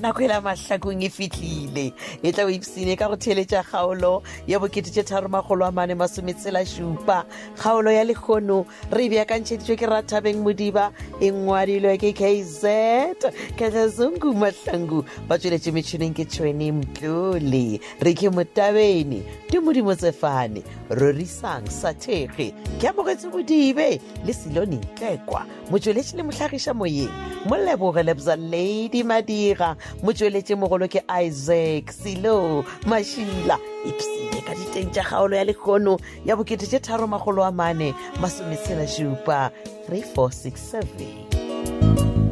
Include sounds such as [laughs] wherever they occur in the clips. nako e la mahlakong e fitlhile e tla boipsene ka go theletša kgaolo ya bokete tše tharomagolo a mane masometsela šupa kgaolo ya lekgono re e beakantšheditšwe ke rathabeng modiba e ngwadilwe ke kz katlhazungu mahlangu ba tsweletše metšhineng ke tšhwene mtlole re ke motabene ke modimo tsefane rorisang sathege ke amogetse bodibe le selone tlekwa motsweletši le motlhagiša moyeng moleboge lebza lady madira motsweletši mogolo ke isaac selo mašila epsile ka diteng tša kgaolo ya lekgono ya bokete tše tharomagolo a mane masometshela šupa 3467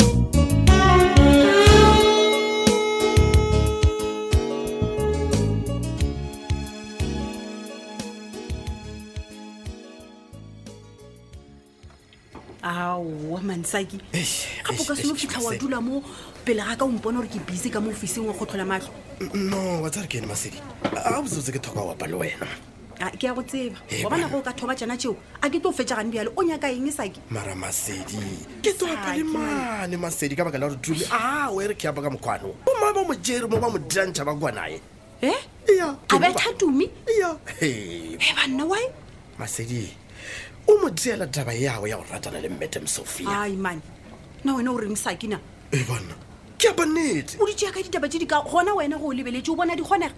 aowa mansaki Eish, gapo ka eish, seno eish, fitlha wa Maseli. dula mo pele ga ka ompona gore ke bise ka mo ofising wa kgotlhola matlho Mm, no wa tsare ke ene masedi a botsetse ke thoka wapa le wena Ah, ke ya go tseba Eh, wa bona bana. go ka thoba tsana tseo a ke tlo fetsa gang bjale o nyaka eng saki mara masedi ke thoka le Saki, mane masedi ka baka la gore tule a o ere ke apa ka mokgwano boma ba mojere mo ba mo dirantšha ba kwa naye e Iya, a ke mo betha ba- tumi iya Hei, e banna wae masedi o mo diela taba yago ya go ratana le madam sophia ai mane nna wena o reng saki na e banna ke apa nnete o di tseya ka ditaba tse di ka gona wena go o lebeletse o bona di kgonega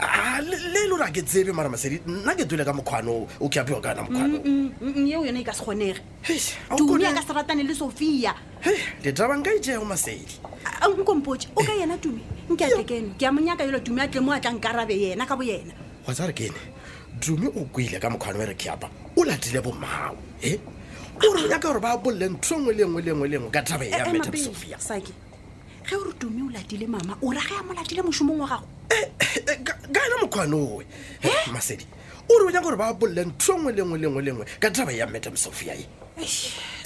Ah, le le le gore a ke tsebe mara masedi nna ke dule ka mokgwano o ke apewa ka yona mokgwano Mm, mm, eo yone e ka se kgonege Eish, a o tumi a kone- ka se ratane le sophia Hei, letraba nka ejeo masedi A- a nkompoe o ka yena tumi nke a tekeno ke a monyaka yola tumi a tle mo a tla nkarabe yena ka bo yena wa tsare ke ene dume o kwile ka mokgwane wa re kheapa o latile bomao e o re o nyaka gore ba bolele ntho e nngwe le nngwe le nngwe le nngwe ka E, taba E Eh, ya madam sophia sake ge o re tumi o latile mama o rage a mo latile mošomong wa gago Eh, ka ka yona mokgwane oe Eh, masedi o re o nyaka gore ba bolele ntho e nngwe le nngwe le nngwe le nngwe ka taba ya madam sophia e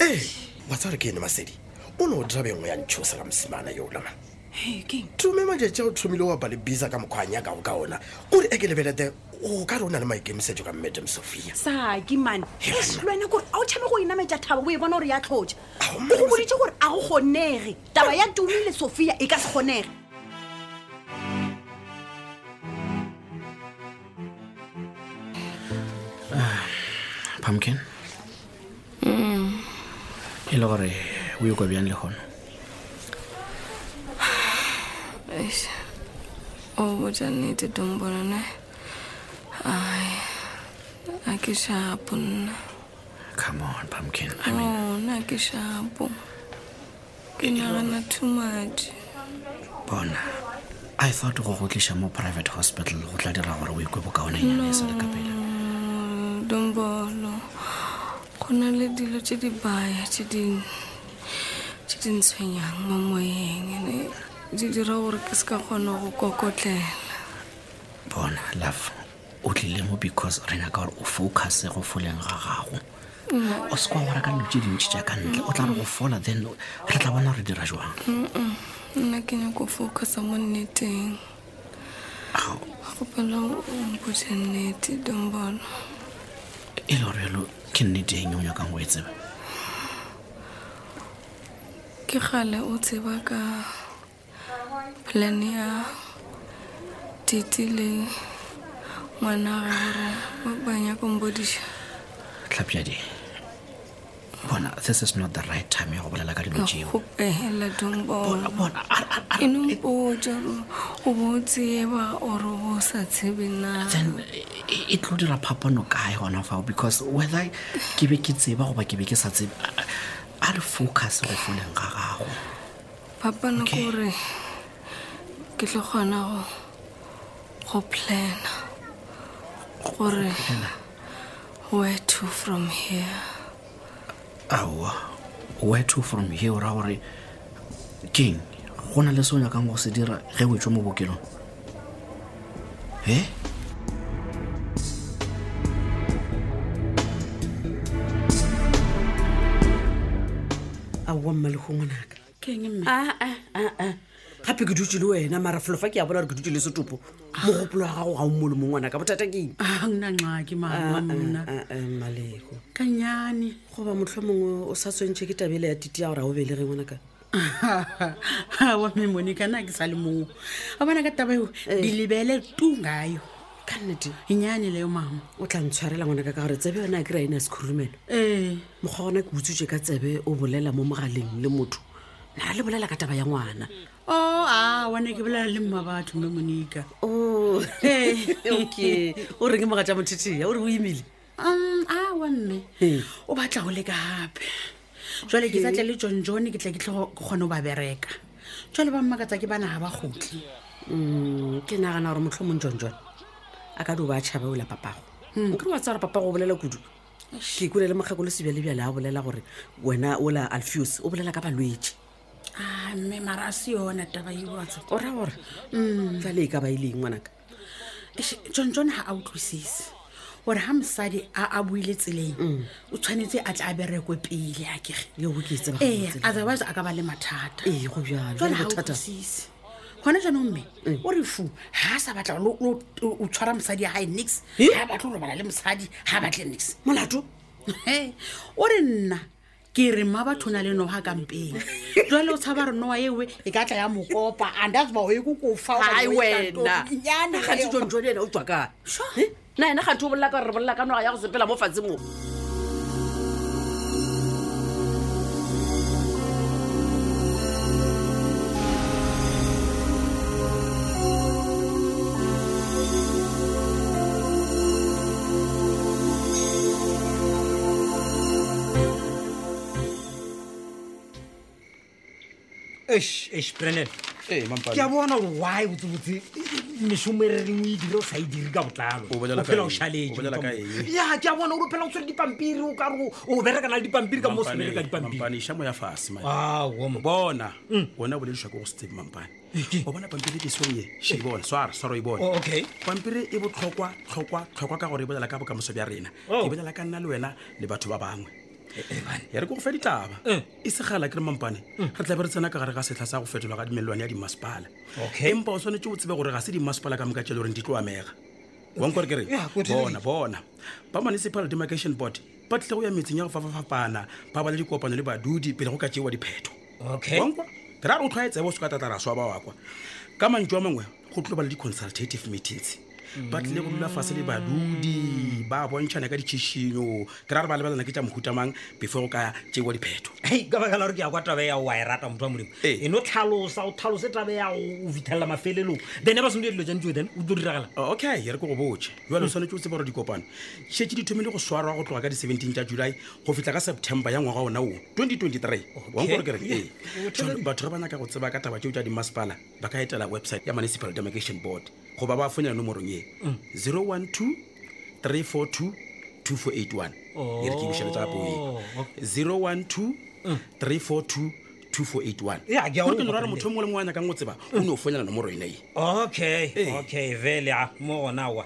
ee wa tsare ke ene masedi o ne o drabe nngwe ya ntshosa ka mosimana yo lama Hei, keng tume majetse o thomile wa ba le bisa ka mokgwang ya kago ka ona kore e ke lebelete o ka re o na le maikemisetso ka madam sophia saki mane Hei, Eish, Anna. le wena e kore a o tšhame go inametša thaba o e bona gore ya tlhotša Ao, o mama, go boditse gore a go kgonege taba ya tumi le sophia e ka se kgonege pumpkin e le gore o ye kwa bjang le gona Eish. o botsa nnete tong bonane ai a ke shapo nna come on pumpkin I mean, ona ke shapo ke nagana too much bona i thought go go tliša mo private hospital go tla dira gore o ikwe bokaonenyana e sa le ka pele Mm, dombolo go na le dilo tse di baya tse di tse di ntshwenyang mo moyeng ene di dira gore ke se ka kgona go kokotlela bona love o tlile mo because re nyaka gore o focuse go foleng ga gago o se kwa gora ka dilo tse dintšhi jaaka ntle o tla re go fola then o- re tla bona re dira jwang nna ke nyako focusa mo nneteng ga gopela o mpotse nnete dombolo e le gore jalo ke nneteng o nyakang go e tseba ke gale o tseba ka plan ya titi le ngwana ga gore ba- ba nyakombodiša tlhapjadi bona this is not the right time ya go bolela ka dilo ka jeo gopela dombolo bona a- a- a- e nompotsa gore o bo o tseba ore o bo o sa tsebe na then e- e tlo dira phapano kae gona fao because whether ke be ke tseba goba ke be ke sa tsebe a- a- a re focus go foleng ga gago phapana Okay. ke gore ke tlo kgona go go plana gore where to from here aowa where to from here ra gore keng go na le se o nyakang go se dira ge o tswa mo bokelong e aowa mma legongwanaka aa gape ke dutse le wena mara felo fa ke ya bona gore ke dutse le setopo mogopolo wa gago ga o mmole mongwana ka bothata ke eng a Ah, nna nxaki maamamna Ah, ah, maleko ka nyane goba motlho mongwe o sa tshwentšhe ke tabele ya tite ya gore a o belege ngwanaka [laughs] wa mme monica na ke sa le moo a bona ka taba eo di lebele tungayo Eh. ka nnete enyane leyo mama o tla ntshwarela ngwanaka ka gore tsebe yone a kry-a ena sekhurumelo ee mokgwa gona ke utswitse ka tsebe o bolela mo mogaleng le motho na le bolela ka taba ya ngwana o a wane ke bolela le mma batho mme monica o [laughs] Ee. okay o reng moga tja mothetea o re o imile Um, a wa mme Ee. o batla go le ka gape jale ke tlatle le john john ke tla ke tle go- ke kgone go ba bereka jale ba mmakatsa ke bana ga ba gotle Mm, ke nagana gore motlho mong jon jon a ka duba a tšhaba ola papago Hmm. nkere wa tsaya gore papago o bolela kudu ke ikole le mokgako le sebjalebjale a bolela gore wena ola alfeus o bolela ka balwetse a mme mara a se yona taba e Hmm. ebatsa o ra gore jale e ka ba ileng ngwanaka john john ga a utlwisise gore ga mosadi a a buile tseleng o tshwanetse a tla a berekwe pele a kege yo Mm. ke e tseba ee gabotsele. otherwise a ka ba le mathata ee go bjalo jale jale ga o bothata Mm. utlwisise gone jaanong mme o re fu ga a sa batla lo- lo- o o tshwara mosadi ya gae nix Eh? ga batle o lobala le mosadi ga batle nix molato He, o re nna ke re mma batho o na le noga [laughs] kampeng jale o tshaba re noa ewe e ka tla ya mokopa and that's ba oe kokofa ai wena gantse jon jon ena o tswa kae Eh? na ena gantse o bolela ka gore re bolela ka noga ya go sepela mo fatshe moo Eish, eish, Brennan. Ee, mampane. ke a bona gore why botsebotse mesome e re reng o e dire o sa e dire ka botlalo O bolela o ka phela o eng? O bolela ka eng? šhaletse ya ke a bona ore o phela o tshwere dipampiri o kare o berekana le dipampiri ka mo o se bereka dipampiri Mm, mampane šamo ya fase Ah, woman. bona gona boledišwa ke go se tsebe mampane Ee. o bona pampiri ke sore she bona swara swara e bona Oh, okay. pampiri e botlhokwa tlhokwa tlhokwa ka gore e bolela ka bokamoso bja rena Oh. E, e bolela ka nna le wena le batho ba bangwe ya re ke go fe ditaba Mm. e segala ke re mampane re tlabe re tsena ka gare ga setlha sa go fetolwa ka dimelelwane ya dimasepala Okay. empa o tshwanetse o tsebe gore ga se dimasepala ka moka tse e le goreng di tlo amega wankore ke Yeah, ko direng. bona bona ba municipal demarcation board ba tlile go ya metseng ya go fapafapana ba ba le dikopano le badudi pele go ka tsewa dipheto Okay. wankwa ke ra re o tlhwa e tsebo o se ka tatlara swa ba wakwa ka mantso a mangwe go tlo ba le di-consultative meetings ba tlile go dula fase le badudi ba bontšhana ka ditšhišinyo ke ra re ba lebelana ke tsa mohutamang before go ka tsewa dipheto hei ka baka la gore ke ya kwa tabe ya wa e rata motho wa modimo Ee. e no tlhalosa o tlhalose tabe ya o fitlhelela mafelelong then e ba sene dilo jang tio then o tlo diragala Oh, okay ye re ko go botse jale o tshwanetse o tseba gore dikopano šetse di thomile go swarwa go tloga ka di-seventeen tša july go fitlha ka september ya ngwaga ona oo twenty twenty-three wankore ke reng ee Jwale batho re bana ka go tseba ka taba tseo tša dimasepala ba ka etela website ya municipal demarcation board goba ba fonya nomorong e zero one two three four two two four eight one e re ke ebišeletsa gape o e zero one two three four two two four eight one Yeah, ke a gore ke utlwa nora re pele. motho o mongwe le mongwe a nyakang go tseba o ne o fonyana nomoro ena e okay Ee. okay vele a mo gona wa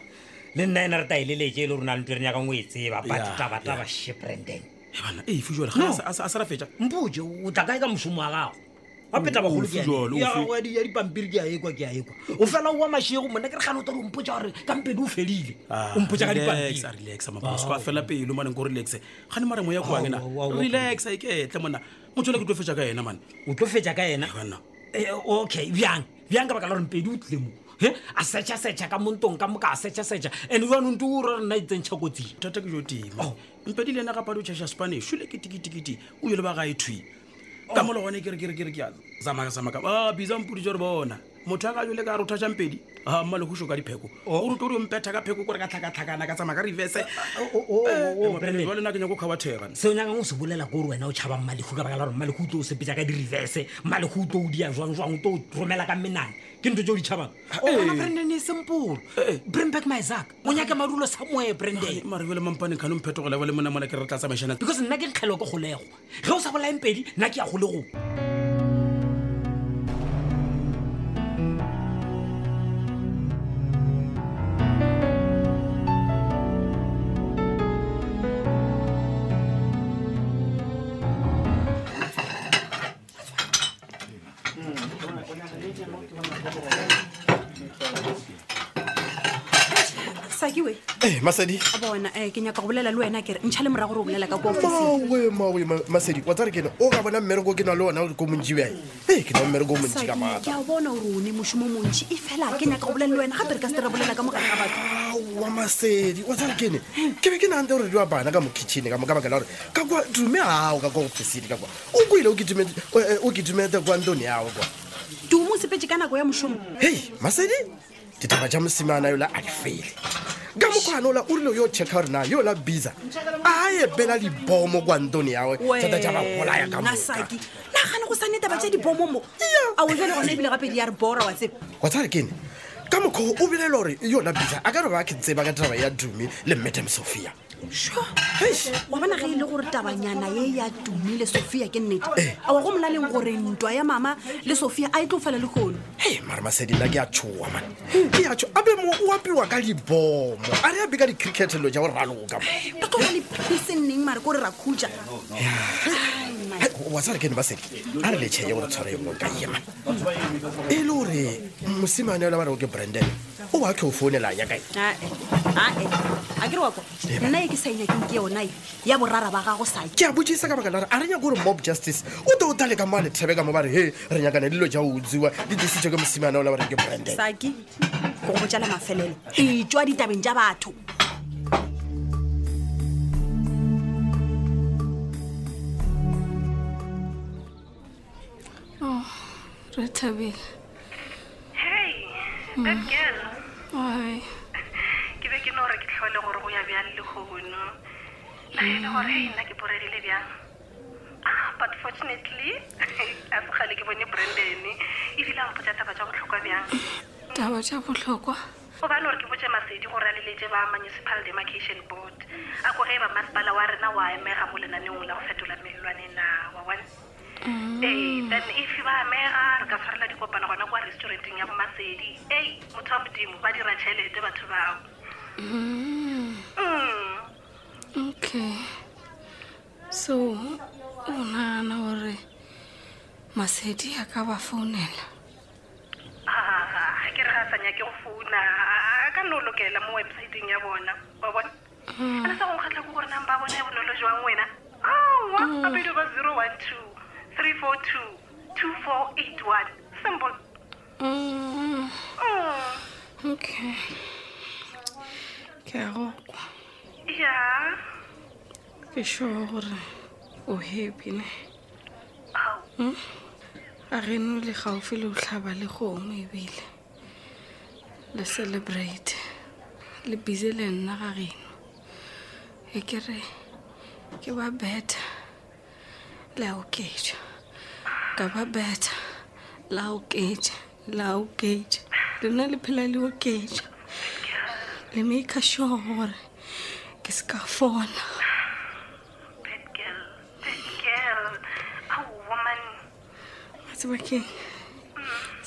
le nna ena re ta eleletse e le gore o na le nto re nyakang o e tseba Yeah, but tabataba she branden ebana ee fujale No. ga a se ra fetsa mpotse o tla kae ka mosomo wa gago gape O- o fe jwalo, o fe- tabagoya dipampiri ke a ekwa ke a ekwa o fela oa mašego monna ke re gane o tare o mpotsa gore kampedi o fedile Ah, o mpotsa ka dipampiri dipampiriaelaxa fela pelo mane ko relax gane maremo ya kwang na Ao, ao, ao, ao. relax a iketle mona motho le ke tlo fetsa ka ena mane o tlo fetsa ka ena Banna. Eh, okay bjang bjang ka baka la gore mpedi o tlile mo he a secha-secha ka montong ka moka a secha-secha and jone nte o ra re nna e itsentšha kotsing thata ke jo tema mpedi le ena gapadi o chasa spanish sole ke tikitikiti o yo le ba gae thui ka mo le gone kere kere kere ke a zamakazamaka a bisa mpoditse gore bona motho a ka jole ka re o thašampedi a mma legoso ka dipheko ore o tlo ore o mphetha ka pheko kore ka tlhakatlhakana ka tsamaya ka reverse Eh, jwa lena ke nyako kgawa thegane se o nyakang o se bolela ko gore wena o tšhabang malehu ka baka la gore malehu tlo o sepetsa ka di-reverse malehu tlo o dia jwangjwang tlo o romela ka menane ke ntho tse o di tšhabang ona branden e sempolo brimback myzak o nyake madulo samoe branden marebe le mampane kgane o mphetogela bale mona mola ke re tla tsamaišana because nna ke nkgelwa ke golego ge o sa bolaengpedi nna ke ya golegong saki we ee Eh, masedi bona um ke nyaka go bolela le wena kere ntšha le morago re o bolela ka ko officing mawe mawe ma- masedi wa tsare ke ne o ga bona mmereko ke na le ona ko montši bjae ee ke na mmereko o montši Sadi, ke ka maata a bona gore o ne mošomo montšhi e fela ke nyaka go bolela le wena gape re ka se re bolela ka mogare ga batho wa masedi wa tsare ke ne ke be ke nagante gore diwa bana ka mo kitchene ka mo- ka baka la gore ka kwa dume gao ka kwa ofisini ka kwa o kwile o kitume- o- eh, o kitumete kwa ntone yao kwa tumo o sepetse ka nako ya mošomo hei masedi ditaba tša mosimana yola a di fele ka mokgwana ola o rile yo checka gore na yola bisa a epela dibomo kwa ntone yawe tsata tša babolaya ka moka nasaki nagana go sane taba tse dibomo mo a o jale gona ebile gape di ya re bora wa tsebe wa tsare ke ne ka mokgwa o bolela gore yona bisa a ka re ba ke tseba ka taba ya dume le madam sophia Sure. wa bona ge e le gore tabanyana ye ya tume le sophia ke nnete a wa go molaleng gore ntwa ya mama le sophia a e tlo fela le kgono hei mare masedi nna ke a tshoa mane ke a tsho abe mo o apewa ka dibomo a re ape ka di-cricket lo ja go raloka mo re tloba Ba le phuse nneng mare ko re ra khutsa Hei, wa tsare ke ne basedi a re letšheye gore tshware engwe ka ema e le gore mosimane ola ba reo ke branden o ba ke o founela ya kae ae a ke re wako nna e ke sa inyakeng ke yona e ya borara ba gago saki ke a botsisa ka baka la gore a re nyaka gore mob justice o te o tale ka moa lethebe ka mo ba re he re nyakana dilo ja o utsiwa di disitse ke mosimane ola ba reo ke branden saki go go botsala mafelelo etswa ditabeng tja batho re thabile hei that girl ai ke be ke no gore ke tlhole gore go ya bjang le kgono na e le gore hei nna ke boredile bjang Ah, but fortunately [laughs] a se kgale ke bone branden ebile a mpotsa taba tja botlhokwa bjang taba tja botlhokwa gobane gore ke botse masedi gore a leletse ba municipal demarcation board a ko ge ba masepala wa rena wa emega mo lenaneng la go fetola melelwane na wa one ee then if ba amega re ka tshwarela dikopana gona kwa restauranteng ya bomasedi ei motho wa modimo ba dira tšhelete batho bao Mm. okay so o nagana gore masedi a ka ba founela Ah, ha ke re ga a sa nyake go founa a- a ka no lokela mo websiteng ya bona wa bona ana sa go nkgatlha ko gore nang ba bona ya bonolo jwang wena awa abedo ba zero one two three four two two four eight one simple Mm, Mm. okay ke a go kwa ya ke sure gore o happyne Ao. a geno Hmm? le gaufi le o tlhaba le kgomo ebile le celebrate le busy le nna ga geno e ke re ke ba better le a oketša ka ba better la oketša la oketša lena le phela le oketša le make sure gore ke se ka fona bad girl bad girl ao woman a tseba keng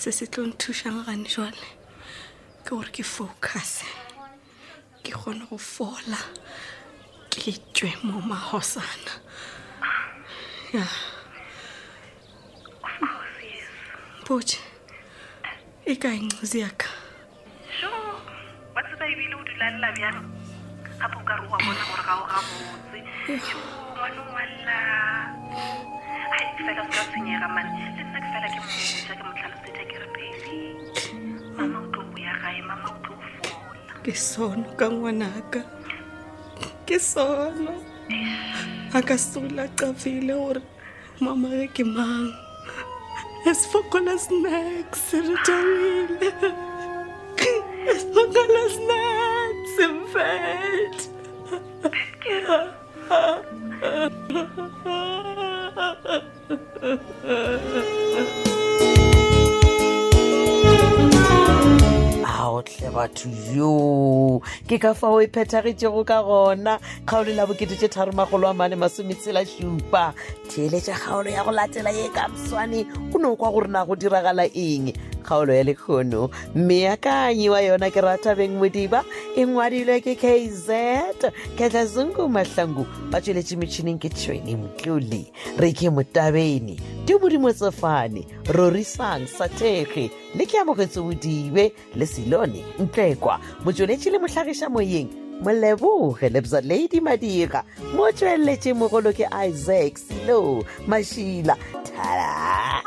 se se tlo nthušang gane jale ke gore ke focus ke kgone go fola ke tswe mo mahosana ya of course yes boje e kae ncosi yaka sure wa tseba ebile o dula lela bjang gape o ka re wa bona gore ga o gabotse ngwanong wa lla ai fela o ka tshwenyega mane le nna ke fela ke motsa ke motlhalosetša ke re pedi mama o tlo boya gae mama o tlo fola ke sono ka ngwanaka ke sono a ka sola cafile gore mama ge ke mang a se fokola snacks re tabile a se fokola snacks mfet ao tle batho yo ke ka fao e phethagetšego ka gona kgaolo la bokete tše tharomagolo a mane masometsela šupa theeletša kgaolo ya go latela ye ka mswane o no kwa gore na go diragala eng kgaolo ya lekgono meakanyi wa yona ke ratabeng modiba e ngwadilwe ke kz ketlazungu mahlangu ba tsweletše metšhineng ke tšhwene motlole re ke motabene ke modimotsefane rorisang sathege le ke amogetse bodibe le selone ntlekwa motsweletši le mohlagiša moyeng moleboge lebza lady madira mo tsweletše mogolo ke isaac selo mašila thala